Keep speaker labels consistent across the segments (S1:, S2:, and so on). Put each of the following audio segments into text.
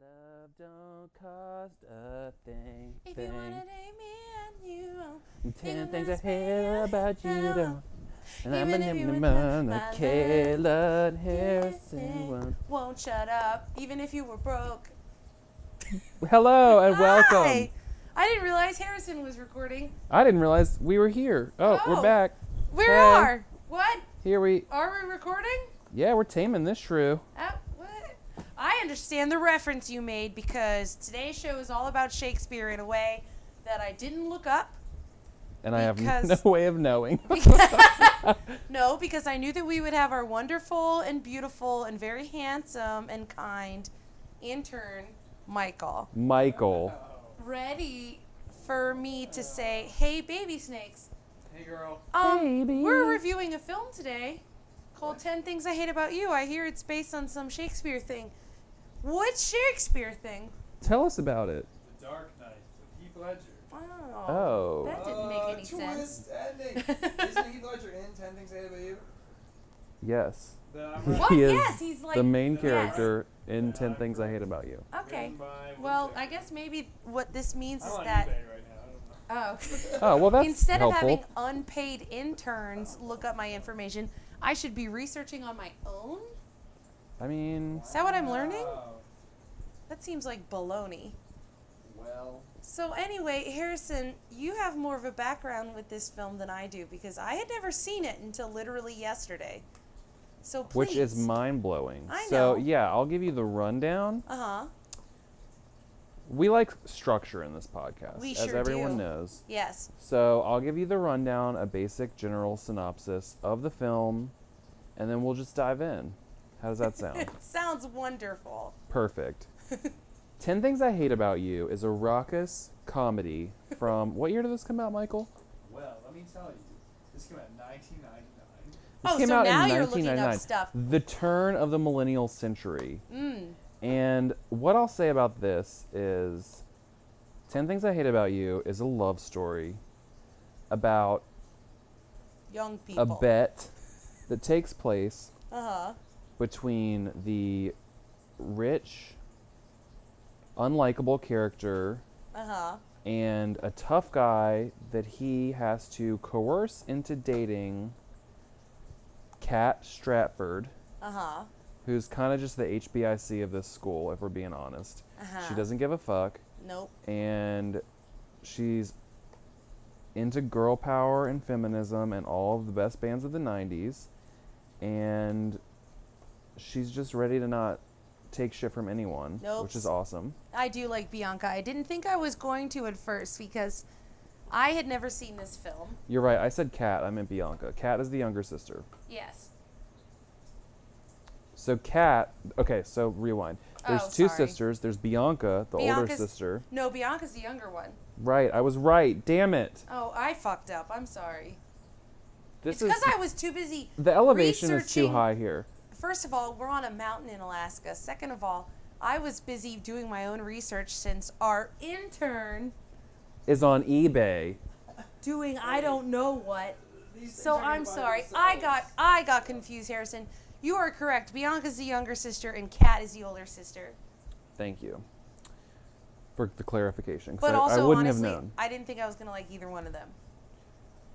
S1: love don't cost a thing.
S2: If you
S1: thing.
S2: wanna date me and you won't,
S1: And ten
S2: even
S1: things I
S2: ask me
S1: hate
S2: out,
S1: about you
S2: I
S1: don't. And I'm
S2: Even
S1: a
S2: if you
S1: nim-
S2: were not
S1: nim-
S2: my
S1: a
S2: love,
S1: Kayla
S2: it
S1: Harrison. won't-
S2: won't shut up, even if you were broke.
S1: Hello and welcome.
S2: Hi! I didn't realize Harrison was recording.
S1: I didn't realize we were here. Oh,
S2: Oh.
S1: we're back.
S2: Where
S1: Hey.
S2: are? What?
S1: Here we.
S2: Are we recording?
S1: Yeah, we're taming this shrew.
S2: Uh, what? I understand the reference you made because today's show is all about Shakespeare in a way that I didn't look up.
S1: And I have no
S2: Because-
S1: way of knowing.
S2: no, because I knew that we would have our wonderful and beautiful and very handsome and kind intern, Michael,
S1: Michael.
S2: ready for me to say, hey, baby snakes.
S3: Hey girl.
S2: Um,
S1: Baby.
S2: We're reviewing a film today called 10 Things I Hate About You. I hear it's based on some Shakespeare thing. What Shakespeare thing?
S1: Tell us about it.
S3: The Dark Knight with Heath Ledger.
S2: Oh.
S1: Oh.
S2: That didn't make any sense.
S3: Uh, Twist ending. Isn't Heath Ledger in Ten Things I Hate About You?
S1: Yes.
S3: The,
S1: Oh,
S3: I'm
S1: He
S3: right.
S2: What?
S1: is
S2: yes, he's like
S1: the main
S3: Yes.
S1: character in
S3: Yeah,
S1: 10
S3: I've
S1: Things I
S3: heard.
S1: Hate About You.
S2: Okay.
S3: Written by-
S2: Well,
S3: what's
S2: I
S3: it-
S2: guess maybe what this means
S3: I'm
S2: is
S3: on
S2: that
S3: eBay right now. I don't know.
S2: oh,
S1: Oh, well, that's
S2: instead of
S1: helpful.
S2: having unpaid interns look up my information, I should be researching on my own.
S1: I mean,
S2: Is that what I'm learning?
S3: Wow.
S2: That seems like baloney.
S3: Well,
S2: So anyway, Harrison, you have more of a background with this film than I do because I had never seen it until literally yesterday. So please.
S1: which is mind blowing.
S2: I
S1: So,
S2: know.
S1: yeah, I'll give you the rundown.
S2: Uh huh.
S1: We like structure in this podcast,
S2: We
S1: as
S2: sure
S1: everyone
S2: do.
S1: knows.
S2: Yes.
S1: So, I'll give you the rundown, a basic general synopsis of the film, and then we'll just dive in. How does that sound?
S2: It sounds wonderful.
S1: Perfect. 10 Things I Hate About You is a raucous comedy from what year did this come out, Michael?
S3: well, let me tell you. This came out in 1999.
S1: This
S2: oh,
S1: came
S2: so
S1: out
S2: now
S1: in
S2: you're looking up
S1: 1999,
S2: stuff.
S1: The turn of the millennial century.
S2: Mm.
S1: And what I'll say about this is 10 Things I Hate About You is a love story about
S2: Young people.
S1: a bet that takes place
S2: Uh huh.
S1: between the rich, unlikable character
S2: Uh huh.
S1: and a tough guy that he has to coerce into dating Kat Stratford,
S2: Uh huh.
S1: who's kind of just the HBIC of this school, if we're being honest.
S2: Uh-huh.
S1: She doesn't give a fuck,
S2: Nope.
S1: and she's into girl power and feminism and all of the best bands of the 90s, and she's just ready to not take shit from anyone,
S2: Nope.
S1: which is awesome.
S2: I do like Bianca. I didn't think I was going to at first because I had never seen this film.
S1: You're right, I said Kat, I meant Bianca. Kat is the younger sister.
S2: Yes.
S1: So Kat, okay, so rewind. There's
S2: Oh,
S1: two
S2: sorry.
S1: sisters. There's Bianca, the
S2: Bianca's-
S1: older sister.
S2: No, Bianca's the younger one.
S1: Right, I was right. Damn it.
S2: Oh, I fucked up. I'm sorry.
S1: This
S2: it's
S1: is
S2: because I was too busy.
S1: the elevation is too
S2: researching-
S1: high here.
S2: First of all, we're on a mountain in Alaska. Second of all, I was busy doing my own research since our intern
S1: Is on eBay.
S2: doing I don't know what.
S3: These things
S2: So
S3: are gonna
S2: I'm
S3: buy
S2: sorry. I
S3: themselves.
S2: got I got confused, Harrison. You are correct. Bianca's the younger sister and Kat is the older sister.
S1: Thank you for the clarification. 'cause
S2: But
S1: I, I
S2: also,
S1: wouldn't
S2: honestly,
S1: have known.
S2: I didn't think I was gonna like either one of them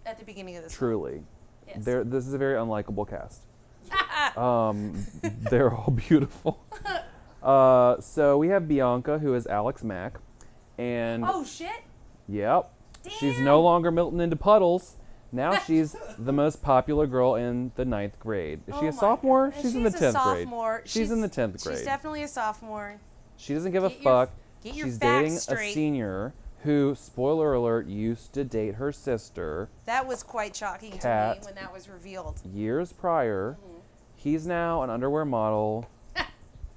S2: at the beginning of this.
S1: Truly,
S2: Yes.
S1: there. This is a very unlikable cast. Um, they're all beautiful. Uh, so we have Bianca, who is Alex Mack, and
S2: oh shit!
S1: Yep. She's no
S2: Damn.
S1: longer melting into puddles. Now she's the most popular girl in the ninth grade. Is she
S2: Oh my
S1: a sophomore?
S2: goodness.
S1: She's, in the
S2: a
S1: tenth grade.
S2: sophomore.
S1: She's, in the tenth grade.
S2: She's definitely a sophomore.
S1: she doesn't give a
S2: Get your-
S1: fuck.
S2: get your
S1: she's
S2: facts
S1: dating a
S2: straight.
S1: senior who, spoiler alert, used to date her sister
S2: That was quite shocking to
S1: Cat.
S2: me when that was revealed.
S1: years prior.
S2: Mm-hmm.
S1: He's now an underwear model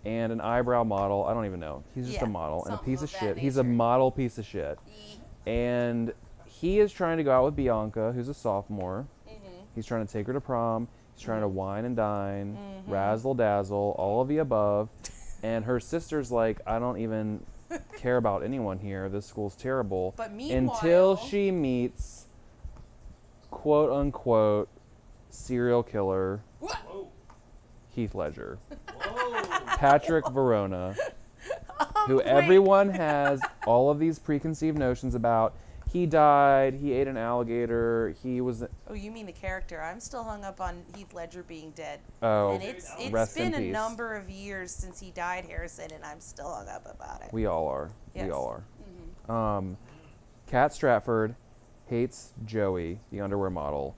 S1: and an eyebrow model. I don't even know. He's just
S2: Yeah,
S1: a model and a
S2: something
S1: piece of
S2: of that
S1: shit. He's a
S2: nature.
S1: model piece of shit. and he is trying to go out with Bianca, who's a sophomore.
S2: Mm-hmm.
S1: He's trying to take her to prom. He's trying to wine and dine,
S2: Mm-hmm.
S1: razzle dazzle, all of the above. and her sister's like, I don't even care about anyone here. This school's terrible.
S2: But meanwhile-
S1: until she meets quote unquote serial killer
S3: Oh,
S2: What?
S3: Whoa.
S1: Heath Ledger,
S3: Whoa.
S1: Patrick Verona, who
S2: wait.
S1: everyone has all of these preconceived notions about. He died. He ate an alligator. He was.
S2: Oh, you mean the character? I'm still hung up on Heath Ledger being dead.
S1: Oh,
S2: and it's it's
S1: rest in
S2: been a
S1: peace.
S2: number of years since he died, Harrison, and I'm still hung up about it.
S1: we all are. We
S2: Yes.
S1: all are. Um, Kat Stratford hates Joey, the underwear model.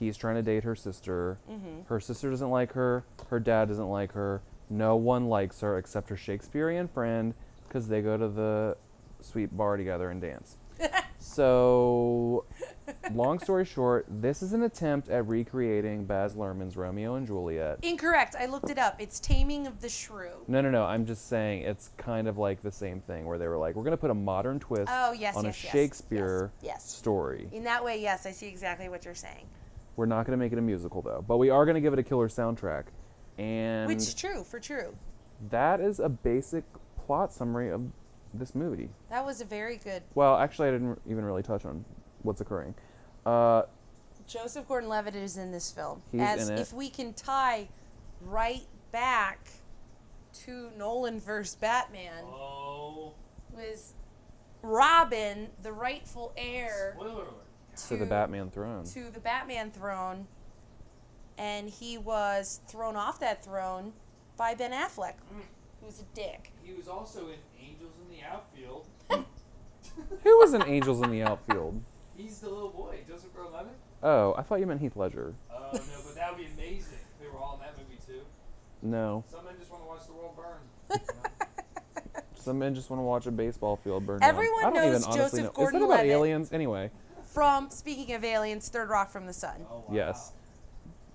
S1: He's trying to date her sister. Her sister doesn't like her. Her dad doesn't like her. No one likes her except her Shakespearean friend because they go to the sweet bar together and dance. so, long story short, this is an attempt at recreating Baz Luhrmann's Romeo and Juliet.
S2: Incorrect. I looked it up. It's Taming of the Shrew.
S1: No, no, no. I'm just saying it's kind of like the same thing where they were like, we're going to put a modern twist
S2: Oh, yes,
S1: on
S2: yes,
S1: a
S2: yes,
S1: Shakespeare
S2: yes, yes.
S1: story.
S2: In that way, yes, I see exactly what you're saying.
S1: We're not going to make it a musical, though, but we are going to give it a killer soundtrack. And
S2: Which is true for true.
S1: that is a basic plot summary of this movie.
S2: That was a very good.
S1: Well, actually, I didn't even really touch on what's occurring. Uh,
S2: Joseph Gordon-Levitt is in this film.
S1: He's
S2: as
S1: in it.
S2: if we can tie right back to Nolan versus Batman
S3: Oh.
S2: was Robin, the rightful heir
S3: Spoiler alert.
S2: to,
S1: to the Batman throne.
S2: to the Batman throne, and he was thrown off that throne by Ben Affleck, who's a dick.
S3: He was also in Angels in the Outfield.
S1: Who was in Angels in the Outfield?
S3: He's the little boy, Joseph Gordon-Levitt.
S1: Oh, I thought you meant Heath Ledger.
S3: Oh no, but that would be amazing. if They were all in that movie too.
S1: No.
S3: Some men just want to watch the world burn.
S1: Some men just want to watch a baseball field burn
S2: Everyone
S1: down. I don't
S2: knows
S1: even honestly
S2: Joseph
S1: know. Is that about
S2: Gordon-Levitt.
S1: aliens? Anyway.
S2: From speaking of aliens, Third Rock from the Sun.
S3: Oh, wow.
S1: Yes.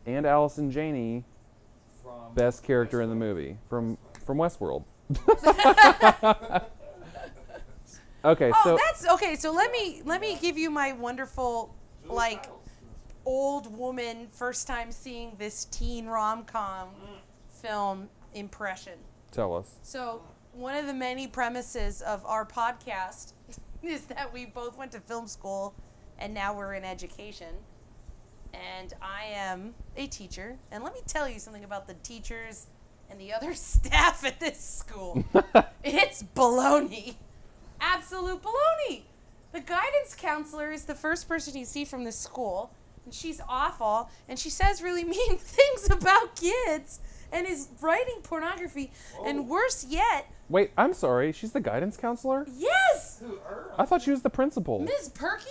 S1: And Allison Janney,
S3: From
S1: best character in the
S3: Westworld.
S1: movie from from Westworld. okay,
S2: Oh,
S1: so
S2: that's okay. So let me let me give you my wonderful
S3: Julia
S2: like
S3: Stiles.
S2: old woman first time seeing this teen rom com film impression.
S1: tell us.
S2: So, one of the many premises of our podcast is that we both went to film school and now we're in education. And I am a teacher. And let me tell you something about the teachers and the other staff at this school it's baloney. Absolute baloney. The guidance counselor is the first person you see from the school, and she's awful, and she says really mean things about kids, and is writing pornography,
S3: Oh.
S2: and worse yet,
S1: Wait, I'm sorry. She's the guidance counselor?
S2: yes,
S3: Who Earl?
S1: I thought she was the principal.
S2: Ms. Perky,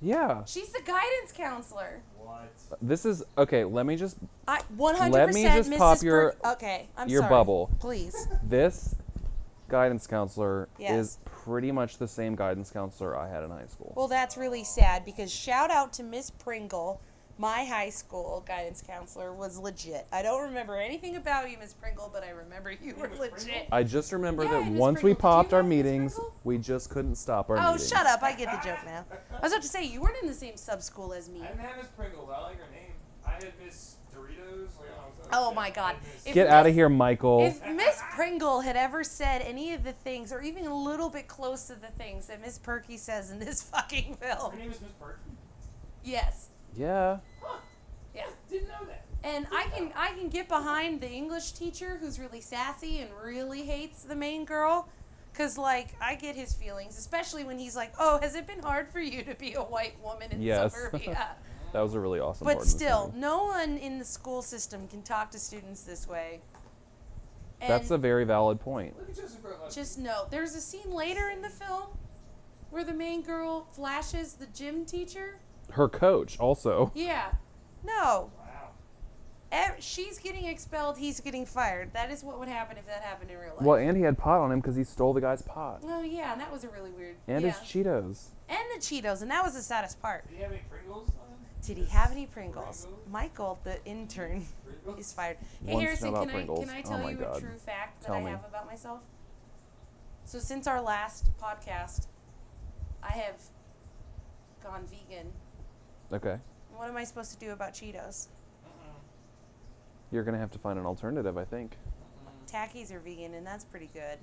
S1: Yeah.
S2: she's the guidance counselor.
S3: What?
S1: This is okay, let me just
S2: I 100%
S1: Let me just
S2: Mrs.
S1: pop
S2: Perky-
S1: your-
S2: okay, I'm
S1: your
S2: sorry.
S1: bubble.
S2: please.
S1: this guidance counselor
S2: Yes.
S1: is pretty much the same guidance counselor I had in high school.
S2: Well, that's really sad because shout out to Miss Pringle, my high school guidance counselor was legit. I don't remember anything about you, Miss Pringle, but I remember you were
S3: Miss
S2: legit.
S3: Pringle?
S1: I just remember
S2: Yeah,
S1: that
S2: Miss
S1: once
S2: Pringle.
S1: we
S2: Do you
S1: popped our
S2: know Miss
S1: meetings,
S2: Pringle?
S1: we just couldn't stop our
S2: Oh,
S1: meetings.
S2: shut up! I get the joke now. I was about to say you weren't in the same sub school as me.
S3: I didn't have Miss Pringle. I like her name. I had Miss Doritos. Like, I was-
S2: Oh my God.
S3: I had Miss-
S2: If
S1: Get
S2: Miss-
S1: out of here, Michael.
S2: If Miss Pringle had ever said any of the things, or even a little bit close to the things that Miss Perky says in this fucking
S3: her
S2: film,
S3: name is Miss Perky.
S2: yes,
S1: yeah.
S3: Huh.
S2: yeah.
S3: Didn't know that.
S2: And I can I can get behind the English teacher who's really sassy and really hates the main girl, cause like I get his feelings, especially when he's like, "Oh, has it been hard for you to be a white woman in
S1: Yes.
S2: suburbia?"
S1: That was a really awesome part
S2: but
S1: in this
S2: still,
S1: movie.
S2: no one in the school system can talk to students this way. And
S1: That's a very valid point.
S3: Look at Joseph Gordon-Levitt.
S2: just no. There's a scene later in the film where the main girl flashes the gym teacher.
S1: Her coach also.
S2: Yeah, no,
S3: Wow.
S2: Ev- she's getting expelled. He's getting fired. That is what would happen if that happened in real life.
S1: Well, and he had pot on him because he stole the guy's pot
S2: Oh yeah, and that was a really weird.
S1: and
S2: yeah.
S1: his Cheetos.
S2: and the Cheetos, and that was the saddest part.
S3: Did he have any Pringles on him?
S2: Did he have any Pringles?
S3: Pringles?
S2: Michael, the intern,
S3: Pringles?
S2: is fired.
S1: Wants
S2: Hey
S1: to
S2: Harrison,
S1: know about
S2: can I
S1: Pringles.
S2: can I
S1: Oh,
S2: tell
S1: my
S2: you a
S1: God.
S2: true fact that
S1: Tell
S2: I
S1: me.
S2: have about myself? So since our last podcast, I have gone vegan.
S1: Okay,
S2: What am I supposed to do about Cheetos?
S1: you're gonna have to find an alternative, I think.
S2: Takis are vegan, and that's pretty good.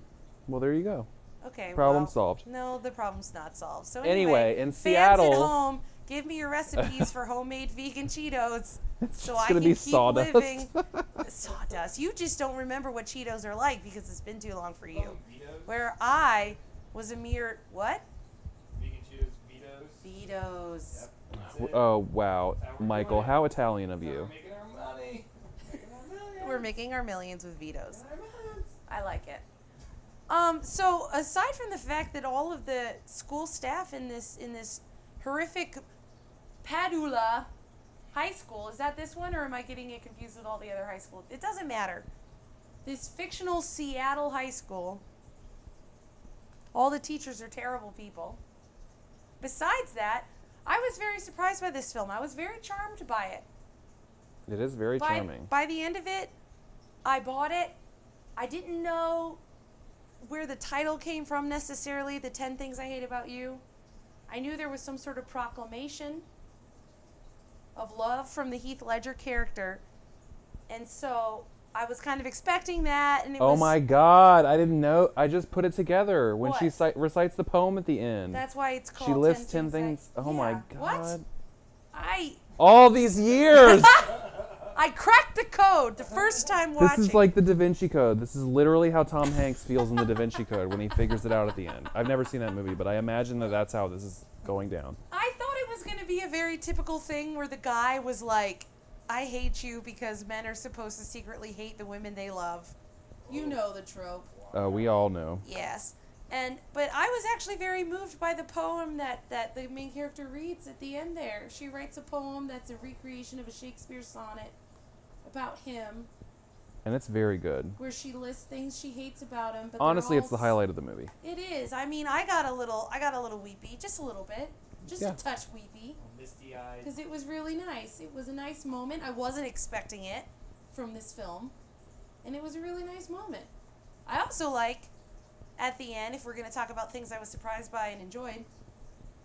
S1: Well, there you go.
S2: Okay.
S1: Problem
S2: well,
S1: solved.
S2: No, the problem's not solved. So
S1: Anyway,
S2: anyway,
S1: in
S2: fans
S1: Seattle-
S2: at home, give me your recipes for homemade vegan Cheetos.
S1: It's
S2: so
S1: just
S2: I
S1: gonna
S2: can
S1: be
S2: keep
S1: sawdust.
S2: living. sawdust. You just don't remember what Cheetos are like because it's been too long for you.
S3: Oh, Vito's?
S2: Where I was a mere what?
S3: Vegan Cheetos, Vito's.
S2: Vito's.
S3: Yep. that's
S1: W-
S3: it.
S1: Oh wow,
S3: That's how we're
S1: Michael,
S3: doing it.
S1: how Italian of
S3: That's how
S1: you.
S3: we're Making our money. Making our millions.
S2: We're making our millions with Vito's.
S3: Making our millions.
S2: I like it. Um, so aside from the fact that all of the school staff in this in this horrific Padula high school is that this one or am I getting it confused with all the other high schools? It doesn't matter. This fictional Seattle high school. All the teachers are terrible people. Besides that, I was very surprised by this film. I was very charmed by it
S1: It is very
S2: by,
S1: charming.
S2: By the end of it, I bought it. I didn't know where the title came from necessarily, the 10 things I hate about you. I knew there was some sort of proclamation of love from the Heath Ledger character. And so I was kind of expecting that and it
S1: Oh
S2: was
S1: my God, I didn't know. I just put it together when she
S2: What?
S1: ci- recites the poem at the end.
S2: that's why it's called
S1: she lists
S2: 10
S1: ten things.
S2: I-
S1: oh my
S2: Yeah.
S1: God.
S2: What? I
S1: All these years.
S2: I cracked the code the first time watching.
S1: This is like the Da Vinci Code. This is literally how Tom Hanks feels in the Da Vinci Code when he figures it out at the end. I've never seen that movie, but I imagine that that's how this is going down.
S2: I thought it was going to be a very typical thing where the guy was like, I hate you because men are supposed to secretly hate the women they love. You know the trope.
S1: Uh, we all know.
S2: Yes. And but I was actually very moved by the poem that that the main character reads at the end there. She writes a poem that's a recreation of a Shakespeare sonnet about him
S1: And it's very good.
S2: where she lists things she hates about him, but they're
S1: Honestly,
S2: all
S1: it's the
S2: s-
S1: highlight of the movie.
S2: It is. I mean, I got a little I got a little weepy, just a little bit. Just
S1: Yeah.
S2: a touch weepy.
S3: Oh, Misty eyed.
S2: because it was really nice. It was a nice moment. I wasn't expecting it from this film, and it was a really nice moment. I also like at the end, if we're going to talk about things I was surprised by and enjoyed,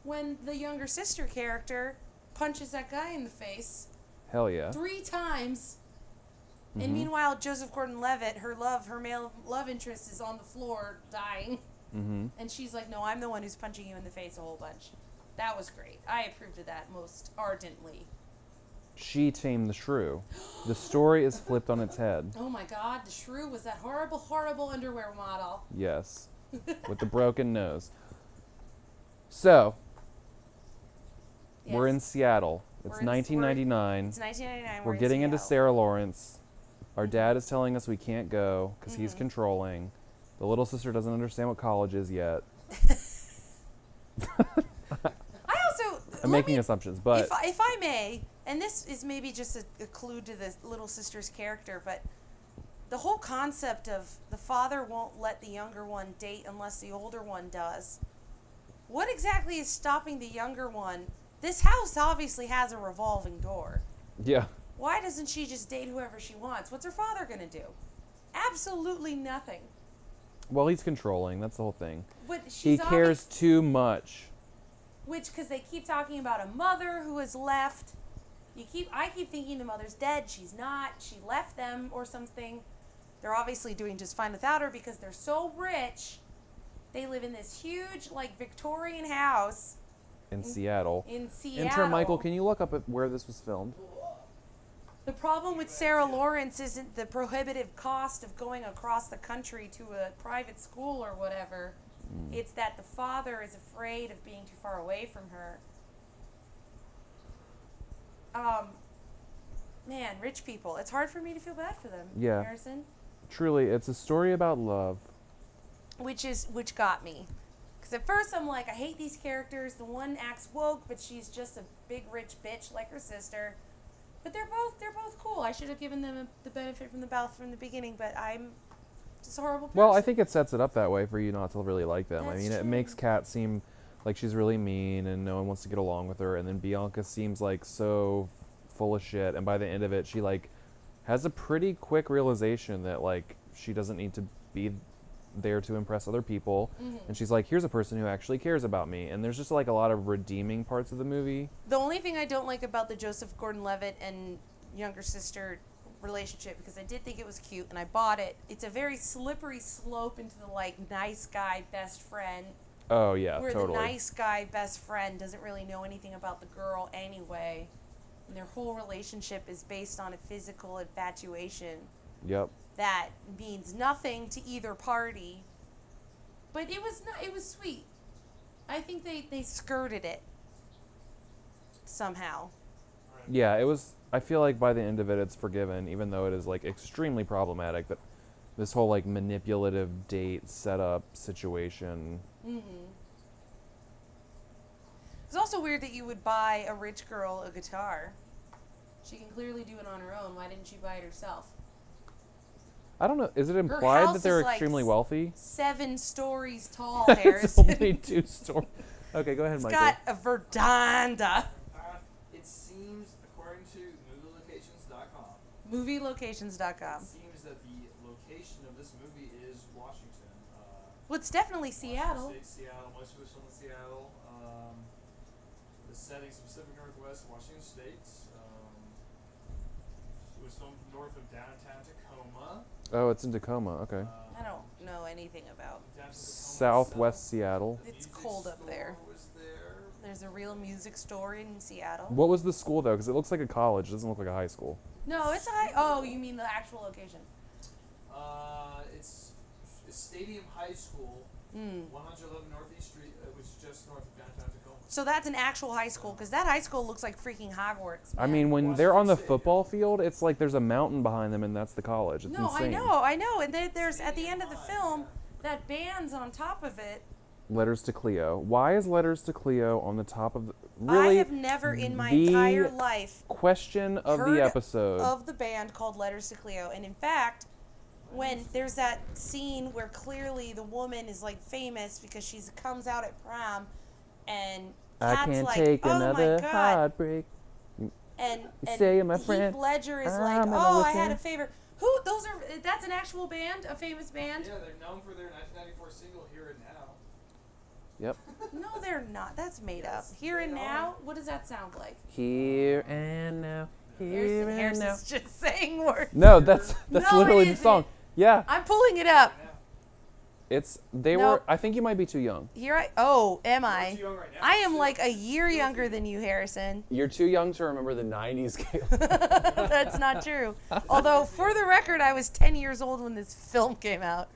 S2: when the younger sister character punches that guy in the face
S1: Hell yeah.
S2: three times.
S1: Mhm.
S2: And meanwhile, Joseph Gordon-Levitt, her love, her male love interest, is on the floor dying,
S1: Mm-hmm.
S2: and she's like, "No, I'm the one who's punching you in the face a whole bunch." That was great. I approved of that most ardently.
S1: She tamed the shrew. The story is flipped on its head.
S2: Oh my god, the shrew was that horrible, horrible underwear model.
S1: Yes. With the broken nose. So, we're in
S2: Yes.
S1: Seattle.
S2: We're
S1: It's
S2: in- we're-
S1: 1999.
S2: It's 1999.
S1: We're
S2: in
S1: getting into
S2: Seattle.
S1: Sarah Lawrence. Our dad is telling us we can't go because he's
S2: Mhm.
S1: controlling. The little sister doesn't understand what college is yet.
S2: I also.
S1: I'm
S2: let
S1: making
S2: me,
S1: assumptions, but
S2: If I, if I may, and this is maybe just a, a clue to the little sister's character, but the whole concept of the father won't let the younger one date unless the older one does. What exactly is stopping the younger one? This house obviously has a revolving door.
S1: yeah,
S2: Why doesn't she just date whoever she wants? What's her father going to do? Absolutely nothing.
S1: well, he's controlling. That's the whole thing.
S2: But she's
S1: he
S2: obvi-
S1: cares too much.
S2: which because they keep talking about a mother who has left. You keep I keep thinking the mother's dead. She's not. She left them or something. They're obviously doing just fine without her because they're so rich. They live in this huge like Victorian house
S1: In Seattle.
S2: in Seattle.
S1: Intern Michael, can you look up at where this was filmed?
S2: The problem with Sarah Lawrence isn't the prohibitive cost of going across the country to a private school or whatever. It's that the father is afraid of being too far away from her. Um, man, rich people. It's hard for me to feel bad for them.
S1: Yeah.
S2: Harrison,
S1: Truly, it's a story about love.
S2: which is which got me, because at first I'm like, I hate these characters. The one acts woke, but she's just a big rich bitch like her sister. But they're both they're both cool. I should have given them the benefit from the doubt from the beginning, but I'm just a horrible. Person.
S1: Well, I think it sets it up that way for you not to really like them. I
S2: That's
S1: mean, it
S2: true.
S1: makes Kat seem like she's really mean and no one wants to get along with her, and then Bianca seems like so full of shit. And by the end of it, she like has a pretty quick realization that like she doesn't need to be there to impress other people,
S2: Mm-hmm.
S1: and she's like, "Here's a person who actually cares about me." And there's just like a lot of redeeming parts of the movie.
S2: The only thing I don't like about the Joseph Gordon-Levitt and younger sister relationship because I did think it was cute and I bought it. It's a very slippery slope into the like nice guy best friend
S1: Oh yeah,
S2: where
S1: totally.
S2: the nice guy best friend doesn't really know anything about the girl anyway and their whole relationship is based on a physical infatuation
S1: Yep.
S2: that means nothing to either party. But it was not. It was sweet. I think they they skirted it somehow.
S1: Yeah, it was. I feel like by the end of it, it's forgiven, even though it is like extremely problematic. That this whole like manipulative date setup situation.
S2: It's also weird that you would buy a rich girl a guitar. She can clearly do it on her own. Why didn't she buy it herself?
S1: I don't know. Is it implied
S2: house
S1: that
S2: is,
S1: they're
S2: like,
S1: extremely
S2: s-
S1: wealthy?
S2: Seven stories tall,
S1: it's
S2: Harris.
S1: only two stories. Okay, go ahead,
S2: it's
S1: Michael.
S2: got a veranda.
S3: Uh, it seems, according to MovieLocations.com,
S2: MovieLocations.com.
S3: it seems that the location of this movie is Washington. Uh,
S2: Well, it's definitely Seattle.
S3: Washington State, Seattle, most of it's in Seattle. Um, the setting Pacific Northwest, Washington State. Um, it was filmed north of downtown Tacoma.
S1: oh, it's in Tacoma. Okay.
S3: Um,
S2: I don't know anything about.
S3: downtown Tacoma
S1: Southwest
S3: itself.
S1: Seattle.
S3: The
S2: It's
S3: music
S2: cold up there.
S3: store was there.
S2: There's a real music store in Seattle.
S1: What was the school though? Because it looks like a college. It doesn't look like a high school.
S2: No, it's a high. Oh, you mean the actual location?
S3: Uh, it's, it's Stadium High School,
S2: Mm.
S3: 111 Northeast Street, uh, which is just north of downtown Tacoma.
S2: So that's an actual high school because that high school looks like freaking Hogwarts.
S1: I
S2: man.
S1: mean, when they're on the
S3: Washington State.
S1: football field, it's like there's a mountain behind them, and that's the college. It's
S2: no,
S1: insane.
S2: I know, I know. And then there's at the end of the
S3: Stadium High,
S2: film
S3: yeah.
S2: that band's on top of it.
S1: Letters to Cleo. Why is Letters to Cleo on the top of the, really
S2: I have never in my
S1: the
S2: entire life
S1: question of
S2: heard
S1: the episode?
S2: of the band called Letters to Cleo. And in fact, when there's that scene where clearly the woman is like famous because she comes out at prom and
S1: I
S2: Kat's
S1: can't
S2: like,
S1: take
S2: oh
S1: another
S2: my God.
S1: heartbreak.
S2: and, and
S1: say, "My
S2: Heath
S1: friend,
S2: Ledger is like,
S1: I'm an
S2: oh, I had
S1: orphan."
S2: a favorite. Who? Those are. That's an actual band, a famous band.
S3: Yeah, they're known for their 1994 single Here and Now.
S1: Yep.
S2: No, they're not. That's made up.
S3: Yes,
S2: Here and
S3: they are.
S2: now. What does that sound like?
S1: Here and now. Here
S2: Harrison
S1: and now.
S2: Harrison's just saying words.
S1: No, that's that's
S2: No, it
S1: literally the
S2: isn't.
S1: song. Yeah,
S2: I'm pulling it up.
S3: Right now.
S1: it's they
S2: No.
S1: were. I think you might be too young.
S2: Here I. Oh, am
S3: We're
S2: I?
S3: too young right now.
S2: I am
S3: Shit.
S2: like a year younger than you, Harrison.
S1: You're too young to remember the '90s. Caleb.
S2: That's not true. Although, for the record, I was 10 years old when this film came out.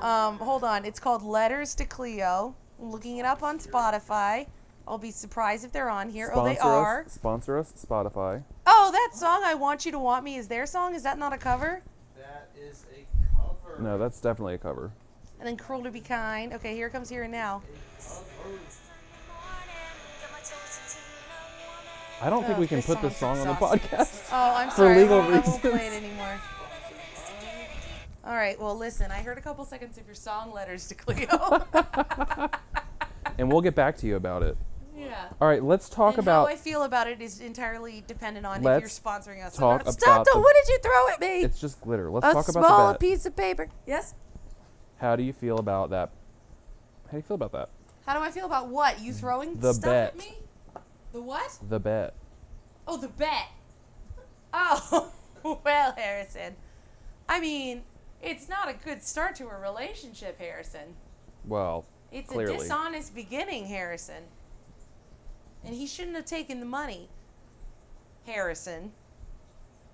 S3: Ah.
S2: Um, hold on. It's called Letters to Cleo. I'm looking it up on Spotify. I'll be surprised if they're on here. oh, they
S1: Sponsor
S2: are.
S1: us. Sponsor us. Spotify.
S2: Oh, that song, I Want You to Want Me, is their song? Is that not a cover?
S3: That is a cover.
S1: No, that's definitely a cover.
S2: And then Cruel to Be Kind. Okay, here comes Here and Now.
S1: I don't think
S2: Ugh,
S1: we can
S2: Oh, this
S1: put this
S2: song
S1: song on the
S2: sucks.
S1: podcast.
S2: Oh, I'm sorry.
S1: legal
S2: I, won't, I won't play it
S1: reasons.
S2: anymore. All right, well, listen, I heard a couple seconds of your song Letters to Cleo.
S1: and we'll get back to you about it.
S2: yeah.
S1: All right, let's talk
S2: and
S1: about.
S2: how I feel about it is entirely dependent on if you're
S1: Let's
S2: sponsoring us.
S1: talk
S2: or not. Stop!
S1: about
S2: The,
S1: the-
S2: what did you throw at me?
S1: it's just glitter. Let's
S2: a
S1: talk
S2: small
S1: about the bet.
S2: piece of paper. Yes.
S1: How do you feel about that? How do you feel about that?
S2: How do I feel about what you throwing
S1: The
S2: stuff at
S1: bet.
S2: me? The what?
S1: The bet.
S2: Oh, the bet. Oh, well, Harrison. I mean, it's not a good start to a relationship, Harrison.
S1: Well,
S2: It's
S1: Clearly.
S2: a dishonest beginning, Harrison. And he shouldn't have taken the money, Harrison.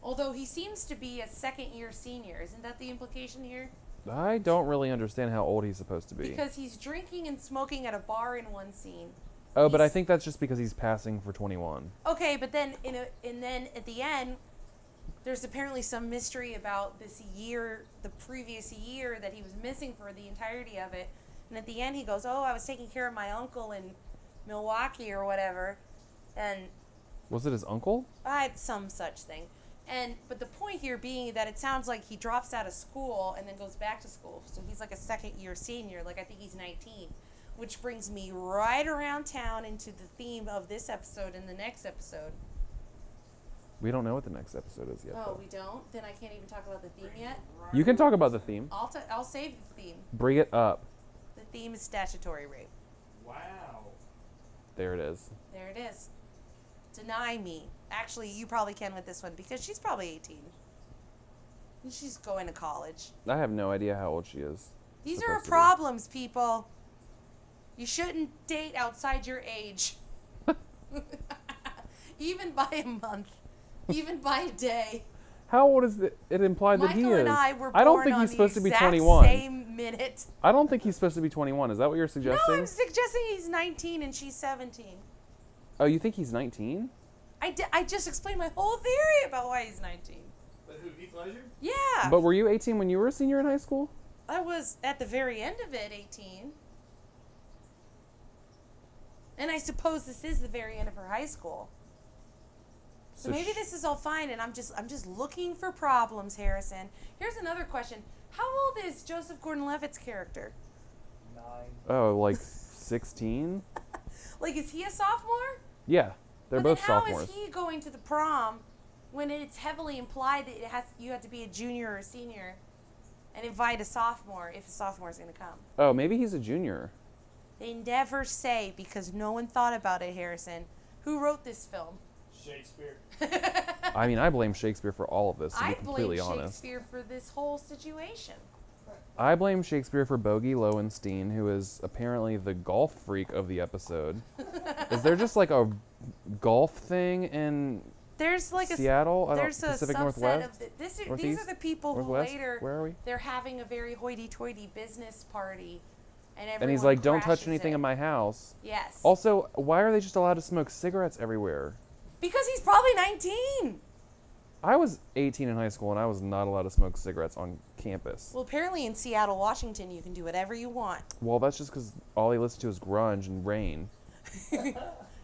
S2: Although he seems to be a second year senior. Isn't that the implication here?
S1: I don't really understand how old he's supposed to be.
S2: Because he's drinking and smoking at a bar in one scene.
S1: oh, but I
S2: he's-
S1: think that's just because he's passing for 21.
S2: Okay, but then in a, and then at the end, there's apparently some mystery about this year, the previous year that he was missing for the entirety of it. And at the end, he goes, "Oh, I was taking care of my uncle in Milwaukee or whatever," and
S1: Was it his uncle?
S2: I some such thing. And but the point here being that it sounds like he drops out of school and then goes back to school. So he's like a second year senior, like I think he's 19, which brings me right around town into the theme of this episode and the next episode.
S1: We don't know what the next episode is yet.
S2: Oh,
S1: though.
S2: we don't. Then I can't even talk about the theme yet.
S1: You can talk about the theme.
S2: I'll t- I'll save the theme.
S1: Bring it up.
S2: The theme is statutory rape.
S3: Wow.
S1: There it is.
S2: There it is. Deny me. Actually, you probably can with this one because she's probably 18. And she's going to college.
S1: I have no idea how old she is.
S2: These are our
S1: Supposed to be.
S2: problems, people. You shouldn't date outside your age. even by a month, even by a day.
S1: How old is it? It implied that he
S2: Michael
S1: is.
S2: and I were born
S1: I don't think
S2: on
S1: he's
S2: the
S1: supposed to be
S2: exact
S1: 21.
S2: Same minute.
S1: I don't think he's supposed to be 21. Is that what you're suggesting?
S2: No, I'm suggesting he's 19 and she's 17.
S1: oh, you think he's 19?
S2: I, di- I just explained my whole theory about why he's 19.
S3: But who, Heath Ledger?
S2: Yeah.
S1: But were you 18 when you were a senior in high school?
S2: I was at the very end of it, 18. And I suppose this is the very end of her high school.
S1: So
S2: So, maybe
S1: sh-
S2: this is all fine and I'm just I'm just looking for problems, Harrison. Here's another question. How old is Joseph Gordon-Levitt's character?
S3: Nine.
S1: Oh, like 16?
S2: Like is he a sophomore?
S1: Yeah, they're
S2: but
S1: both
S2: then
S1: sophomores.
S2: How is he going to the prom when it's heavily implied that it has you have to be a junior or senior and invite a sophomore if a sophomore is going to come?
S1: Oh, maybe he's a junior.
S2: They never say because no one thought about it, Harrison. Who wrote this film?
S3: Shakespeare.
S1: I mean, I blame Shakespeare for all of this, to
S2: I
S1: be
S2: blame
S1: completely honest.
S2: Shakespeare for this whole situation.
S1: I blame Shakespeare for Bogey Lowenstein, who is apparently the golf freak of the episode. is there just like a golf thing in
S2: There's like a
S1: Seattle? I don't-
S2: there's a
S1: Pacific
S2: subset
S1: Northwest?
S2: of the, this are, these
S1: Northeast?
S2: are the people
S1: Northwest?
S2: who later
S1: Where are we?
S2: they're having a very hoity-toity business party, and everyone
S1: And he's like, don't touch
S2: crashes
S1: anything
S2: it."
S1: in my house.
S2: yes.
S1: Also, why are they just allowed to smoke cigarettes everywhere?
S2: because he's probably 19.
S1: I was 18 in high school and I was not allowed to smoke cigarettes on campus.
S2: Well, apparently in Seattle, Washington, you can do whatever you want.
S1: Well, that's just because all he listened to was grunge and rain.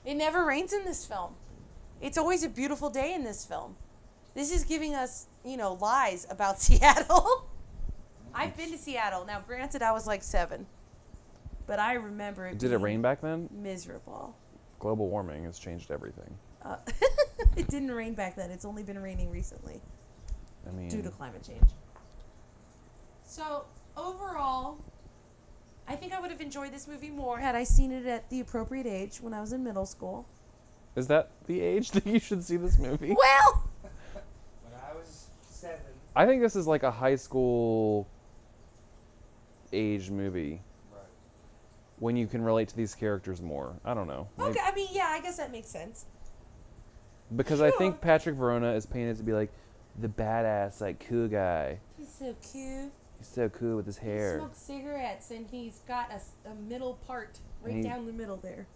S2: It never rains in this film. It's always a beautiful day in this film. This is giving us, you know, lies about Seattle. I've been to Seattle. Now, granted, I was like seven, but I remember it.
S1: Did it
S2: being
S1: rain back then?
S2: Miserable.
S1: Global warming has changed everything.
S2: Uh, it didn't rain back then. It's only been raining recently
S1: I mean,
S2: due to climate change. So, overall, I think I would have enjoyed this movie more had I seen it at the appropriate age when I was in middle school.
S1: is that the age that you should see this movie?
S2: Well,
S3: When I was seven.
S1: I think this is like a high school age movie
S3: Right.
S1: when you can relate to these characters more. I don't know. Maybe-
S2: okay, I mean, yeah, I guess that makes sense.
S1: Because I think Patrick Verona is painted to be like the badass, like cool guy.
S2: He's so cute.
S1: He's so cool with his
S2: He
S1: hair.
S2: smokes cigarettes and he's got a, s- a middle part right
S1: And he-
S2: down the middle there.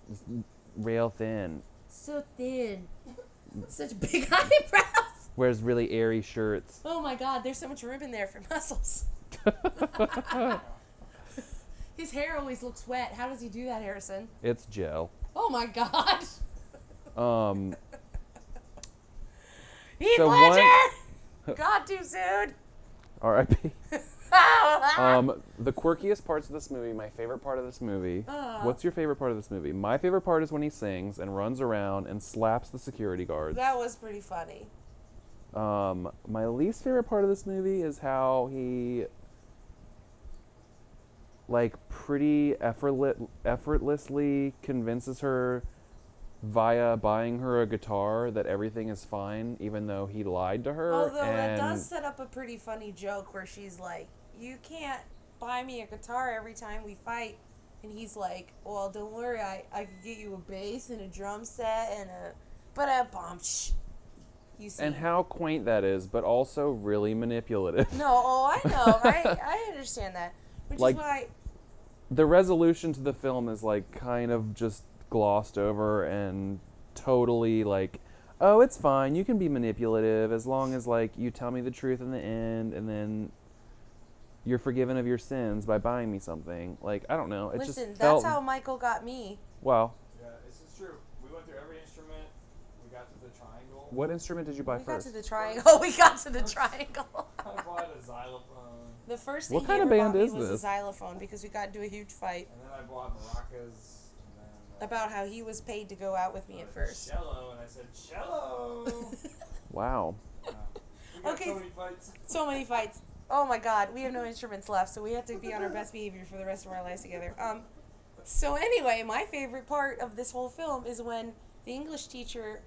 S1: Rail thin.
S2: So thin. Such big eyebrows.
S1: Wears really airy shirts.
S2: Oh my god, there's so much room in there for muscles. His hair always looks wet. How does he do that, Harrison?
S1: it's gel.
S2: Oh my god.
S1: Um,
S2: Heath
S1: So
S2: Ledger!
S1: one-
S2: God, too soon.
S1: R.I.P.
S2: um,
S1: Um, the quirkiest parts of this movie. My favorite part of this movie.
S2: Uh.
S1: What's your favorite part of this movie? My favorite part is when he sings and runs around and slaps the security guards.
S2: that was pretty funny.
S1: Um, my least favorite part of this movie is how he, like, pretty effortless, effortlessly convinces her via buying her a guitar that everything is fine, even though he lied to her.
S2: Although that
S1: and
S2: does set up a pretty funny joke where she's like, "You can't buy me a guitar every time we fight," and he's like, "Well, don't worry, I I could get you a bass and a drum set and a but a bomb." Shh. You see?
S1: and how quaint that is, but also really manipulative.
S2: No, oh, I know, I I understand that, which
S1: Like-
S2: is why
S1: the resolution to the film is like kind of just glossed over and totally like oh it's fine you can be manipulative as long as like you tell me the truth in the end and then you're forgiven of your sins by buying me something like i don't know it
S2: listen.
S1: just
S2: That's
S1: felt
S2: how Michael got me.
S1: wow
S3: Yeah, this is true. We went through every instrument. We got to the triangle.
S1: what instrument did you buy
S2: We got
S1: first
S2: to the triangle. We got to the triangle.
S3: I bought a xylophone,
S2: The first thing
S1: What
S2: he
S1: kind of
S2: ever
S1: band
S2: bought me
S1: is
S2: was a
S1: this?
S2: xylophone because we got into a huge fight
S3: and then I bought maracas. And then, uh,
S2: about how he was paid to go out with me
S3: bought
S2: at
S3: a
S2: first.
S3: Cello, and I said cello.
S1: wow
S3: Yeah. We got
S2: Okay.
S3: So many fights.
S2: So many fights. Oh my god, we have no instruments left, so we have to be on our best behavior for the rest of our lives together. Um so anyway, my favorite part of this whole film is when the English teacher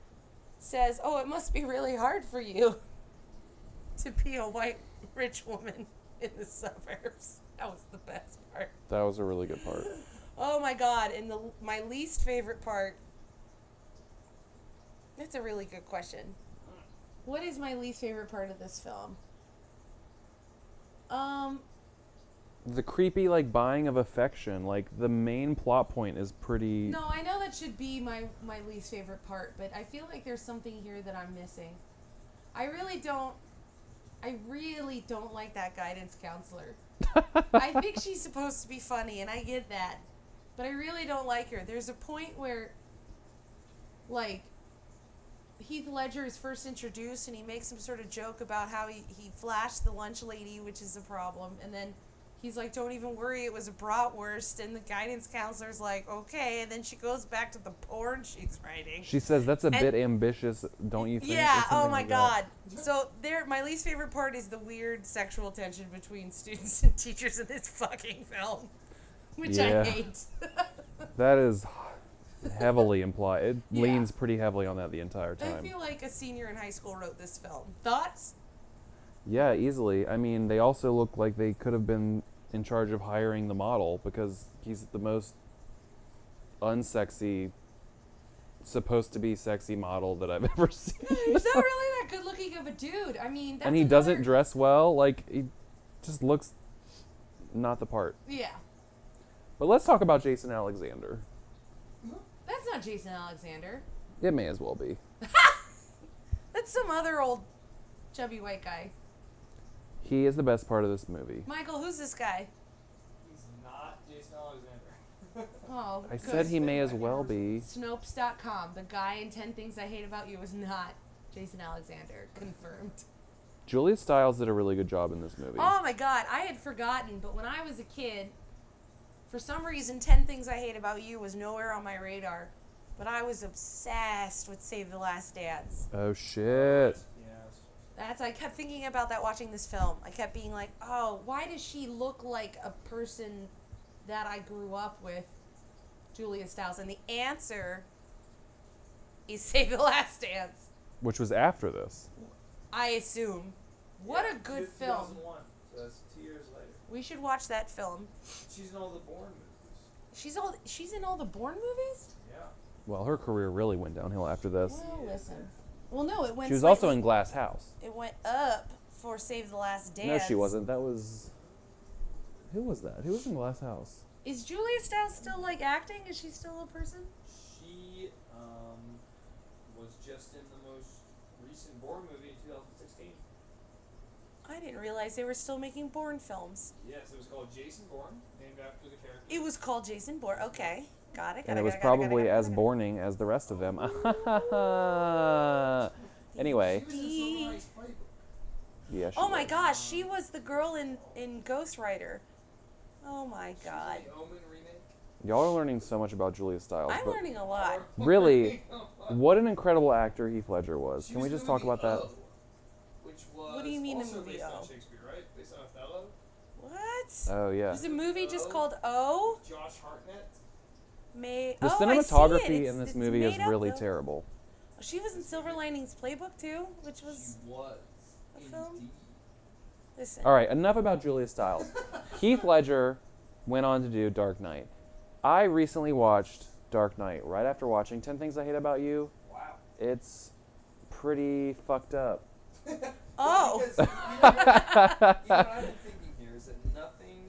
S2: says, "Oh, it must be really hard for you to be a white rich woman in the suburbs." That was the best part.
S1: that was a really good part
S2: Oh my god, and the my least favorite part That's a really good question. What is my least favorite part of this film? Um,
S1: The creepy like buying of affection, like the main plot point is pretty.
S2: no, I know that should be my my least favorite part, but I feel like there's something here that I'm missing. I really don't I really don't like that guidance counselor. I think she's supposed to be funny, and I get that. But I really don't like her. There's a point where, like, Heath Ledger is first introduced, and he makes some sort of joke about how he, he flashed the lunch lady, which is a problem. And then he's like, Don't even worry, it was a bratwurst. And the guidance counselor's like, Okay. And then she goes back to the porn she's writing.
S1: she says that's a
S2: And-
S1: bit ambitious, don't you think? or
S2: Yeah. Oh
S1: something
S2: my
S1: like that.
S2: God. So there, my least favorite part is the weird sexual tension between students and teachers in this fucking film, which
S1: Yeah.
S2: I hate.
S1: That is heavily implied. It
S2: Yeah.
S1: leans pretty heavily on that the entire
S2: I
S1: time.
S2: feel like a senior in high school wrote this film. Thoughts?
S1: Yeah, easily. I mean, they also look like they could have been in charge of hiring the model because he's the most unsexy, supposed to be sexy model that I've ever seen.
S2: He's not really that good looking of a dude. I mean, that's
S1: and he doesn't
S2: another-
S1: dress well. Like, he just looks not the part.
S2: Yeah,
S1: But let's talk about Jason Alexander.
S2: that's not Jason Alexander.
S1: It may as well be.
S2: That's some other old chubby white guy.
S1: He is the best part of this movie.
S2: Michael, who's this guy?
S3: He's not Jason Alexander.
S2: Oh,
S1: I said he may as well be.
S2: Snopes.com. The guy in Ten Things I Hate About You was not Jason Alexander. Confirmed.
S1: Julia Stiles did a really good job in this movie.
S2: Oh my god, I had forgotten, but when I was a kid, for some reason, 10 Things I Hate About You was nowhere on my radar, but I was obsessed with Save the Last Dance.
S1: Oh shit.
S3: Yes.
S2: That's I kept thinking about that watching this film. I kept being like, "Oh, why does she look like a person that I grew up with, Julia Stiles?" And the answer is Save the Last Dance.
S1: Which was after this.
S2: I assume. What a
S3: Yeah,
S2: good
S3: two-
S2: film.
S3: 2001, so that's two years later.
S2: We should watch that film.
S3: She's in all the Bourne movies.
S2: She's all she's in all the Bourne movies?
S3: Yeah.
S1: Well, her career really went downhill after this.
S2: Well, listen. Well, no, it went.
S1: She was also
S2: slightly-
S1: in Glass House.
S2: It went up for Save the Last Dance.
S1: No, she wasn't. That was. Who was that? Who was in Glass House?
S2: Is Julia Stiles still like acting? Is she still a person?
S3: She um, was just in the most recent Bourne movie in 2016.
S2: I didn't realize they were still making Bourne films.
S3: Yes, it was called Jason Bourne, named after the character.
S2: It was called Jason Bourne. Okay, got it. Got
S1: And
S2: it,
S1: it was
S2: got got got
S1: probably
S2: got
S1: as
S2: got
S1: boring as the rest of them. anyway,
S3: She was in Sunrise Playbook.
S1: yeah. She
S2: Oh my
S1: was.
S2: gosh, she was the girl in in Ghost Rider. Oh my
S3: She was in
S2: god,
S3: the Omen remake.
S1: Y'all are learning so much about Julia Stiles.
S2: I'm
S1: but
S2: learning a lot.
S1: Really?
S3: She
S1: What an incredible actor Heath Ledger was. Can
S3: was
S1: we
S3: in the
S1: just talk
S3: movie
S1: about that?
S3: O, Which was
S2: do you mean the
S3: also
S2: movie
S3: based on
S2: O?
S3: Shakespeare, right? Based on Othello.
S2: What?
S1: Oh yeah.
S2: There's a movie just
S3: Oh.
S2: called O.
S3: Josh Hartnett.
S2: May.
S1: The
S2: oh, I see it.
S1: cinematography
S2: It's-
S1: in this
S2: it's
S1: movie is
S2: made up,
S1: really
S2: though.
S1: terrible.
S2: She was in Silver Linings Playbook too, which was
S3: she was.
S2: a film?
S3: indeed.
S2: listen.
S1: All right, enough about Julia Stiles. Heath Ledger went on to do Dark Knight. I recently watched Dark Knight right after watching 10 Things I Hate About You.
S3: Wow.
S1: It's pretty fucked up.
S2: Oh.
S3: Because, you know, what- you know what I've been thinking here is that nothing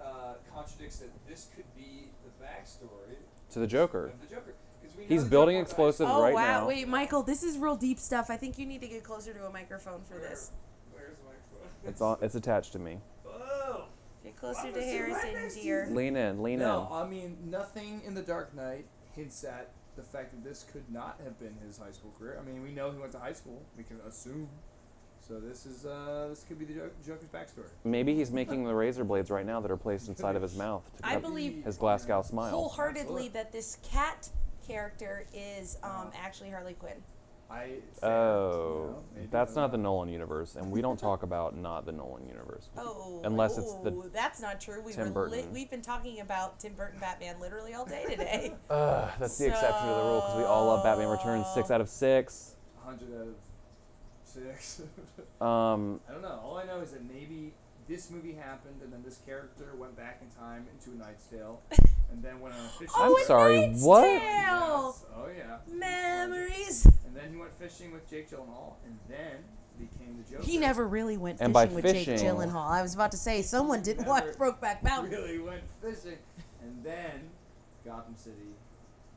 S3: uh, contradicts that this could be the backstory
S1: To the Joker.
S3: of the Joker. 'Cause we know
S1: He's
S3: the
S1: building
S3: Joker dies-
S1: explosives
S2: Oh
S1: right
S2: wow!
S1: now.
S2: Wait, Michael, this is real deep stuff. I think you need to get closer to a microphone for
S3: Where-
S2: this.
S3: Where's the microphone?
S1: It's on it's attached to me.
S3: Oh.
S2: Get closer
S3: Why
S2: to
S3: was it right
S2: Harrison,
S3: next to
S2: dear.
S1: Lean in, lean
S4: No,
S1: in.
S4: I mean nothing in the Dark Knight hints at the fact that this could not have been his high school career. I mean, we know he went to high school. We can assume. So this is uh, this could be the Jo- Joker's backstory.
S1: Maybe he's making the razor blades right now that are placed inside of his mouth to
S2: I
S1: cover
S2: believe
S1: his Glasgow smile.
S2: wholeheartedly
S4: Absolutely.
S2: that this cat character is um, actually Harley Quinn.
S4: I
S1: Oh,
S4: you know, maybe
S1: that's
S4: I'm
S1: not the Nolan universe, and we don't talk about not the Nolan universe.
S2: Oh,
S1: Unless it's the
S2: ooh, that's not true. We
S1: Tim
S2: were li-
S1: Burton.
S2: we've been talking about Tim Burton Batman literally all day today.
S1: Ugh, that's the exception to the rule because we all love Batman Returns. Six out of six.
S4: 100 out of six.
S1: Um,
S4: I don't know. All I know is that maybe this movie happened, and then this character went back in time into A Knight's Tale,
S2: Oh,
S4: and then went on a fishing.
S1: I'm
S2: a
S1: sorry,
S2: Knight's
S1: what?
S2: Tale!
S4: Yes. Oh yeah.
S2: Memories.
S4: And and then he went fishing with Jake Gyllenhaal, and then became the Joker.
S2: He never really went fishing
S1: And by
S2: with
S1: fishing-
S2: Jake Gyllenhaal. I was about to say someone didn't watch
S4: Never-
S2: Brokeback Mountain.
S4: really went fishing, and then Gotham City.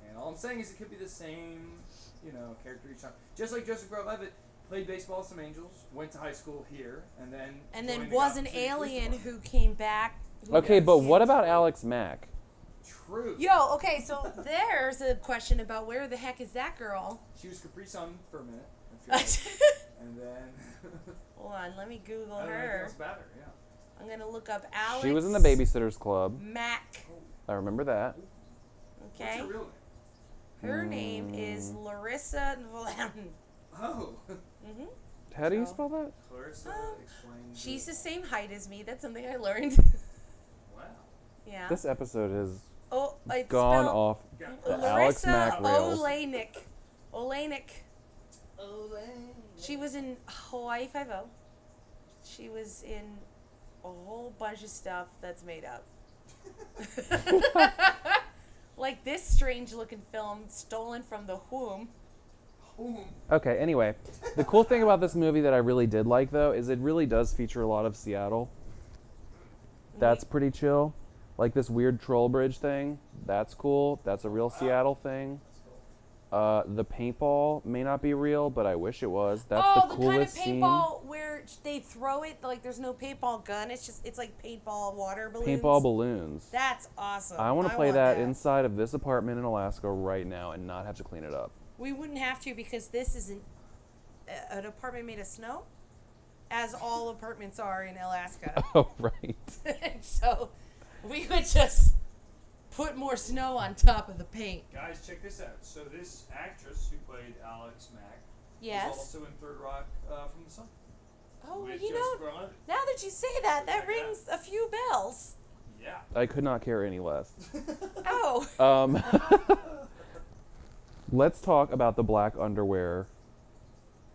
S4: And all I'm saying is it could be the same, you know, character each time. Just like Joseph Gordon-Levitt played baseball with some angels, went to high school here, and then
S2: And
S4: joined
S2: then
S4: the
S2: was
S4: Gotham
S2: an
S4: City Police
S2: alien
S4: Department.
S2: who came back. who
S1: Okay,
S2: got
S1: but
S2: him.
S1: what about Alex Mack?
S4: True.
S2: Yo, okay, so there's a question about where the heck is that girl?
S4: She was Capri Sun for a minute. I feel like.
S2: Hold
S4: and then
S2: on, let me Google
S4: I don't know anything
S2: her.
S4: else about her. Yeah.
S2: I'm gonna look up Alex.
S1: She was in the Babysitters Club.
S2: Mac.
S1: I remember that.
S4: Oh, What's
S2: Okay.
S4: her real name?
S2: Her name is
S1: Mm.
S2: Larissa Valen.
S4: Oh,
S2: hmm
S1: How do you
S2: So-
S1: spell that?
S4: Clarissa
S2: Um,
S4: explains.
S2: She's
S4: it.
S2: the same height as me. That's something I learned.
S4: wow.
S2: yeah.
S1: This episode has
S2: oh, it's
S1: gone
S2: spelled
S1: off.
S4: Got
S1: The
S4: her.
S1: Alex
S2: Larissa
S1: Mack rails.
S2: Olenik. Olenik. She was in Hawaii Five O. She was in a whole bunch of stuff that's made up. like this strange looking film stolen from the whom.
S4: Boom.
S1: Okay, anyway, the cool thing about this movie that I really did like though is it really does feature a lot of Seattle. That's pretty chill. Like this weird troll bridge thing, that's cool. That's a real Seattle thing.
S4: That's cool.
S1: Uh, the paintball may not be real, but I wish it was. That's
S2: oh,
S1: the coolest
S2: kind of paintball where they throw it like there's no paintball gun. It's just it's like paintball water
S1: scene.
S2: balloons.
S1: Paintball balloons.
S2: That's awesome.
S1: I want to play
S2: want
S1: that, inside of this apartment in Alaska right now and not have to clean it up.
S2: We wouldn't have to because this isn't a- an apartment made of snow, as all apartments are in Alaska.
S1: Oh, right.
S2: and so we would just put more snow on top of the paint.
S3: Guys, check this out. So this actress who played Alex Mack was
S2: Yes.
S3: also in Third Rock uh, from the Sun.
S2: Oh,
S3: with
S2: you
S3: Joseph
S2: know,
S3: Gordon-Levitt.
S2: now that you say that, that
S3: Yeah.
S2: rings a few bells.
S3: Yeah.
S1: I could not care any less.
S2: Oh,
S1: Um, let's talk about the black underwear.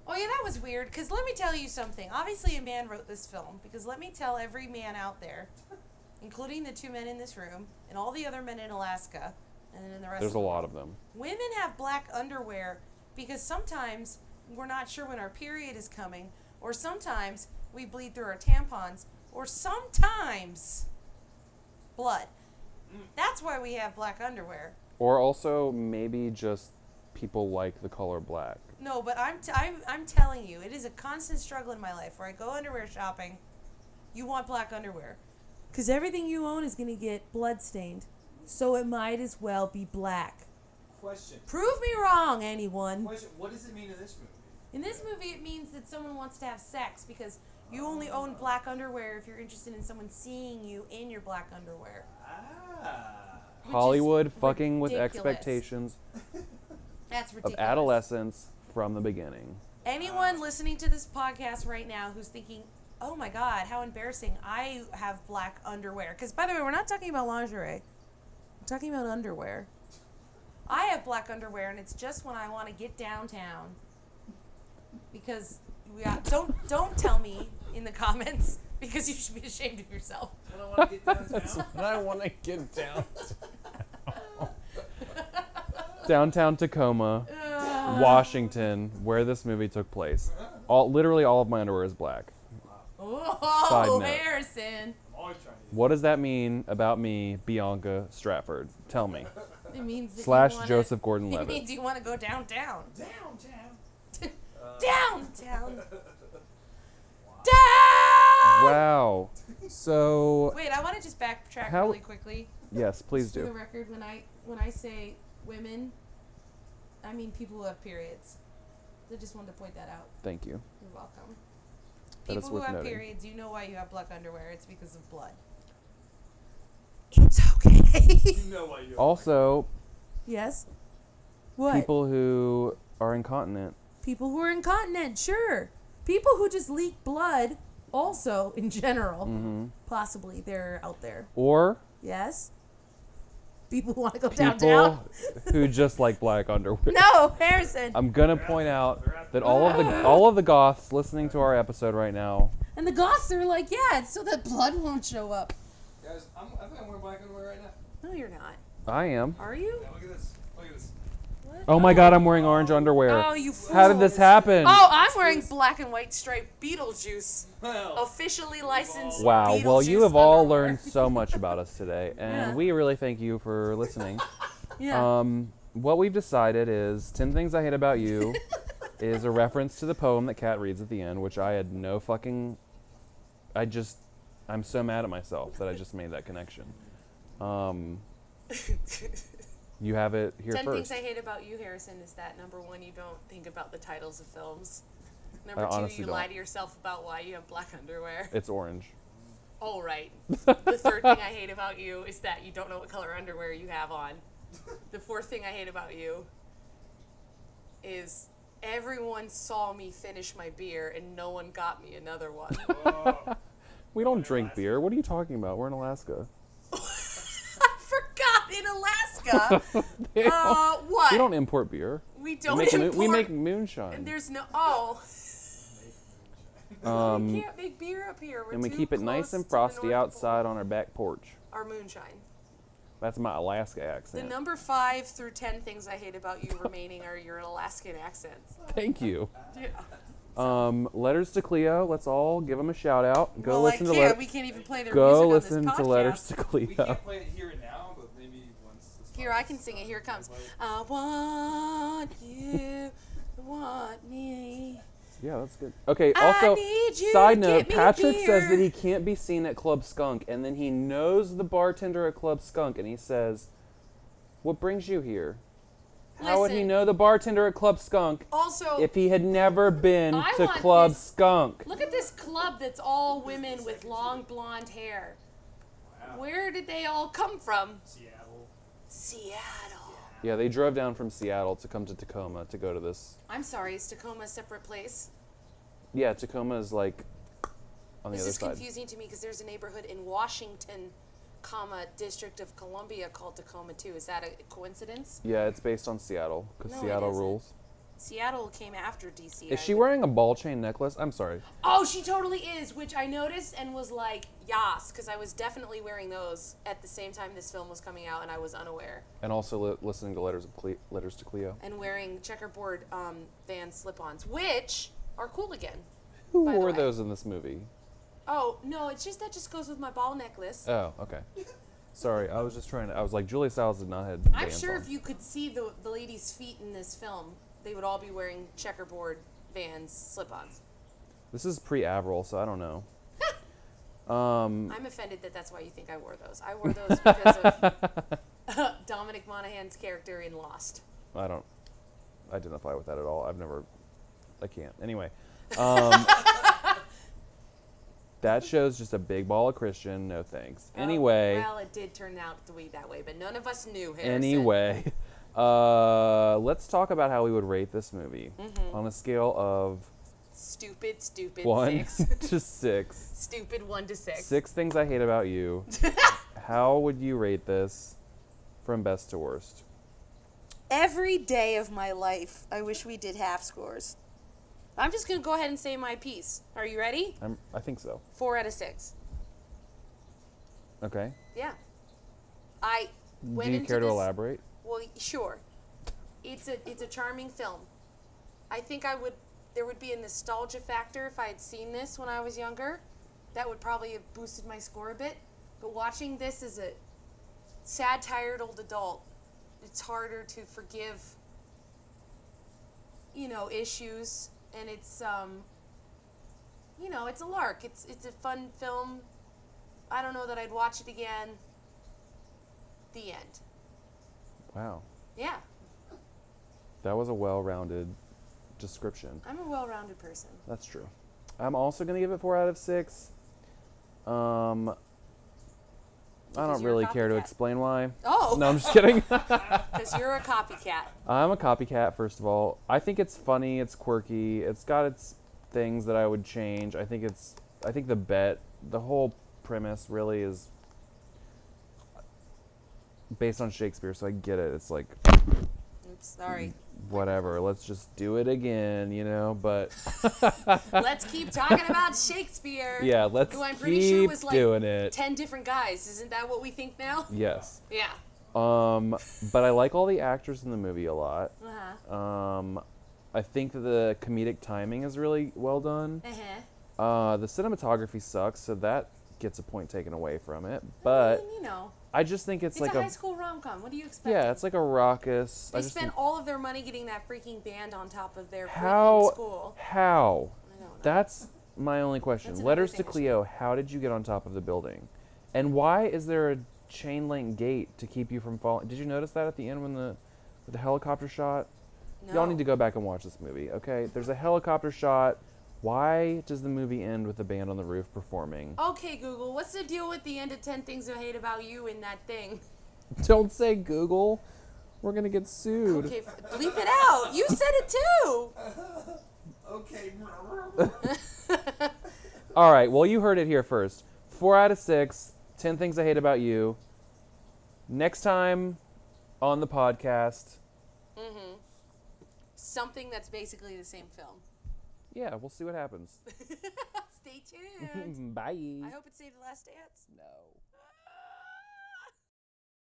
S2: oh yeah, that was weird. Because let me tell you something. Obviously, a man wrote this film. Because let me tell every man out there, including the two men in this room and all the other men in Alaska, and then in the rest.
S1: There's
S2: of
S1: a
S2: the
S1: lot
S2: world,
S1: of them.
S2: Women have black underwear because sometimes we're not sure when our period is coming, or sometimes we bleed through our tampons, or sometimes blood. That's why we have black underwear.
S1: Or also maybe just people like the color black.
S2: No, but I'm, t- I'm, I'm telling you, it is a constant struggle in my life where I go underwear shopping. You want black underwear. Because everything you own is going to get blood stained. So it might as well be black.
S4: Question.
S2: Prove me wrong, anyone.
S4: Question. What does it mean in this movie?
S2: In this movie, it means that someone wants to have sex because you only own black underwear if you're interested in someone seeing you in your black underwear.
S4: Ah.
S2: which is
S1: Hollywood fucking
S2: ridiculous.
S1: with expectations
S2: That's
S1: of
S2: ridiculous.
S1: adolescence from the beginning.
S2: Anyone listening to this podcast right now who's thinking, oh my God, how embarrassing, I have black underwear. Because, by the way, we're not talking about lingerie, we're talking about underwear. I have black underwear, and it's just when I want to get downtown. Because we got, don't don't tell me in the comments because you should be ashamed of yourself.
S4: When I want to get downtown.
S1: I want to get down. Downtown Tacoma, Washington, where this movie took place. All literally all of my underwear is black. Side
S2: Oh,
S1: note.
S2: Harrison.
S3: I'm always trying to
S1: What does that mean about me, Bianca Stratford? Tell me.
S2: It means that you
S1: Slash
S2: wanna-
S1: Joseph
S2: It
S1: Gordon-Levitt.
S2: means you want to go downtown.
S4: downtown.
S2: Downtown. Down.
S1: Wow. So
S2: Wait, I want to just backtrack
S1: How-
S2: really quickly.
S1: yes, please
S2: For the
S1: do.
S2: record, when I when I say women, I mean people who have periods. I just wanted to point that out.
S1: Thank you.
S2: You're welcome.
S1: That is
S2: people who
S1: worth
S2: have
S1: noting.
S2: periods, you know why you have black underwear. It's because of blood. It's okay.
S4: You know why you.
S1: Also,
S2: yes. What?
S1: people who are incontinent.
S2: people who are incontinent, sure. People who just leak blood, also in general,
S1: Mm-hmm.
S2: possibly they're out there.
S1: Or
S2: Yes. People who want to go
S1: people
S2: downtown.
S1: who just like black underwear.
S2: No, Harrison.
S1: I'm gonna point out that all of the all of the goths listening to our episode right now.
S2: and the goths are like, yeah, it's so that blood won't show up.
S4: Guys, I'm, I think I'm wearing black underwear right now.
S2: No, you're not.
S1: I am.
S2: Are you?
S4: Now look at this. Look at this.
S2: What?
S1: Oh my god, I'm wearing orange underwear.
S2: Oh, you fool.
S1: How did this happen?
S2: Oh, I'm wearing black and white striped Beetlejuice. Oh.
S4: Well,
S2: Officially licensed.
S1: Wow. Well, you
S2: Beetlejuice
S1: have all
S2: underwear.
S1: learned so much about us today, and
S2: Yeah.
S1: we really thank you for listening.
S2: Yeah.
S1: Um, what we've decided is 10 Things I Hate About You is a reference to the poem that Kat reads at the end, which I had no fucking. I just. I'm so mad at myself that I just made that connection. Um, you have it here
S2: Ten
S1: first.
S2: things I hate about you, Harrison, is that number one, you don't think about the titles of films.
S1: I
S2: Number two,
S1: honestly
S2: you
S1: don't.
S2: lie to yourself about why you have black underwear.
S1: it's orange.
S2: Oh, right. the third thing I hate about you is that you don't know what color underwear you have on. The fourth thing I hate about you is everyone saw me finish my beer and no one got me another one.
S3: Uh,
S1: We don't drink beer. What are you talking about? We're in Alaska.
S2: I forgot in Alaska.
S1: They don't-
S2: uh, what?
S1: we don't import beer.
S2: We
S1: We
S2: don't
S1: make, moon-
S2: import.
S1: we make moonshine.
S2: and there's no. Oh.
S1: Um,
S2: we can't make beer up here. We're
S1: and we
S2: too
S1: keep it
S2: close
S1: nice and
S2: to the
S1: frosty
S2: North
S1: outside on our back porch.
S2: Pole. Our moonshine.
S1: That's my Alaska
S2: The
S1: accent.
S2: number five through ten things I hate about you remaining are your Alaskan accents.
S1: Thank you.
S2: Yeah.
S1: Um, letters to Cleo. Let's all give them a shout out. Go
S2: well,
S1: listen
S2: I
S1: to
S2: can't.
S1: letters.
S2: we can't even play their
S1: Go
S2: music
S1: listen
S2: on this
S1: to
S2: podcast.
S1: letters to
S4: we
S1: Cleo.
S4: can't play it here and now, but maybe once. this
S2: Here, I
S4: podcast
S2: can
S4: is
S2: sing it.
S4: done,
S2: Here it
S4: we can
S2: comes.
S4: play it.
S2: I want you, want me.
S1: Yeah, that's good. Okay.
S2: I
S1: Also,
S2: need you
S1: side
S2: to
S1: note:
S2: get me a
S1: Patrick says
S2: beer.
S1: that he can't be seen at Club Skunk, and then he knows the bartender at Club Skunk, and he says, "What brings you here?" How would he
S2: Listen.
S1: know the bartender at Club Skunk
S2: Also,
S1: if he had never been
S2: I
S1: to
S2: want
S1: Club
S2: this-
S1: Skunk?
S2: look at this club that's all women with long blonde hair.
S4: Wow.
S2: Where did they all come from?
S4: Seattle.
S2: Seattle.
S1: Yeah, they drove down from Seattle to come to Tacoma to go to this.
S2: I'm sorry, is Tacoma a separate place?
S1: Yeah, Tacoma is like on the
S2: This
S1: other
S2: is
S1: side.
S2: confusing to me because there's a neighborhood in Washington, comma District of Columbia called Tacoma too. Is that a coincidence?
S1: Yeah, it's based on Seattle because
S2: No, it
S1: Seattle
S2: isn't.
S1: rules.
S2: Seattle came after DC. I
S1: Is she
S2: would-
S1: wearing a ball chain necklace? I'm sorry.
S2: Oh, she totally is, which I noticed and was like, yas, because I was definitely wearing those at the same time this film was coming out, and I was unaware.
S1: And also li- listening to letters of Cle- letters to Cleo.
S2: And wearing checkerboard um, van slip-ons, which are cool again.
S1: Who
S2: By the
S1: wore
S2: way.
S1: those in this movie?
S2: Oh no, it's just that just goes with my ball necklace.
S1: Oh, okay. Sorry, I was just trying to. I was like, Julie Styles did not have.
S2: I'm
S1: bands
S2: sure
S1: on.
S2: if you could see the, the ladies' feet in this film, they would all be wearing checkerboard vans, slip ons.
S1: This is pre Avril, so I don't know. um,
S2: I'm offended that that's why you think I wore those. I wore those because of Dominic Monaghan's character in Lost.
S1: I don't identify with that at all. I've never. I can't. Anyway. Um, that show's just a big ball of Christian. No thanks. Anyway.
S2: Oh, Well, it did turn out to be that way, but none of us knew Harrison.
S1: Anyway, uh, let's talk about how we would rate this movie
S2: Mm-hmm.
S1: on a scale of
S2: Stupid, stupid
S1: one
S2: six.
S1: to six.
S2: stupid one to six.
S1: Six things I hate about you. how would you rate this from best to worst?
S2: Every day of my life, I wish we did half scores. I'm just going to go ahead and say my piece. Are you ready?
S1: I'm, I think so.
S2: Four out of six.
S1: Okay.
S2: Yeah. I went
S1: Do you
S2: into
S1: care to
S2: this-
S1: elaborate?
S2: Well, sure. It's a it's a charming film. I think I would there would be a nostalgia factor if I had seen this when I was younger. That would probably have boosted my score a bit. But watching this as a sad, tired old adult, it's harder to forgive you know, issues and it's um you know, it's a lark. It's it's a fun film. I don't know that I'd watch it again. The end.
S1: Wow.
S2: Yeah,
S1: That was a well rounded description.
S2: I'm a well-rounded person.
S1: That's true. I'm also going to give it four out of six. Um, I
S2: Because
S1: don't
S2: you're a
S1: really care to
S2: copycat.
S1: explain why.
S2: Oh,
S1: No, I'm just kidding.
S2: because you're a copycat.
S1: I'm a copycat, first of all. I think it's funny, it's quirky, it's got its things that I would change. I think it's, I think the bet, the whole premise really is based on Shakespeare, so I get it. It's like,
S2: Oops, sorry.
S1: whatever, let's just do it again, you know? But
S2: Let's keep talking about Shakespeare.
S1: yeah, let's
S2: Who I'm pretty
S1: keep
S2: sure was like
S1: doing it.
S2: ten different guys. Isn't that what we think now?
S1: yes.
S2: Yeah.
S1: Um, but I like all the actors in the movie a lot.
S2: Uh-huh.
S1: Um, I think that the comedic timing is really well done.
S2: Uh-huh.
S1: Uh, the cinematography sucks, so that gets a point taken away from it. But
S2: I mean, you know,
S1: I just think it's,
S2: it's,
S1: like
S2: a,
S1: a,
S2: high school rom com. What do you expect?
S1: yeah, it's like a raucous. I
S2: They
S1: just
S2: spent
S1: think-
S2: all of their money getting that freaking band on top of their
S1: how
S2: freaking school.
S1: how
S2: I don't know.
S1: that's my only question.
S2: That's another
S1: Letters to
S2: thing I should-
S1: Cleo. How did you get on top of the building, and why is there a chain link gate to keep you from falling? Did you notice that at the end when the with the helicopter shot? Y'all need to go back and watch this movie, okay? There's a helicopter shot. Why does the movie end with the band on the roof performing?
S2: Okay, Google, what's the deal with the end of 10 things I hate about you in that thing?
S1: Don't say Google. We're gonna get sued.
S2: Okay, f- bleep it out. You said it too.
S4: Okay.
S1: All right. Well, you heard it here first. Four out of six. Ten things I hate about you. Next time on the podcast.
S2: Something that's basically the same film.
S1: Yeah, we'll see what happens.
S2: Stay tuned.
S1: Bye.
S2: I hope it saved the last dance.
S1: No.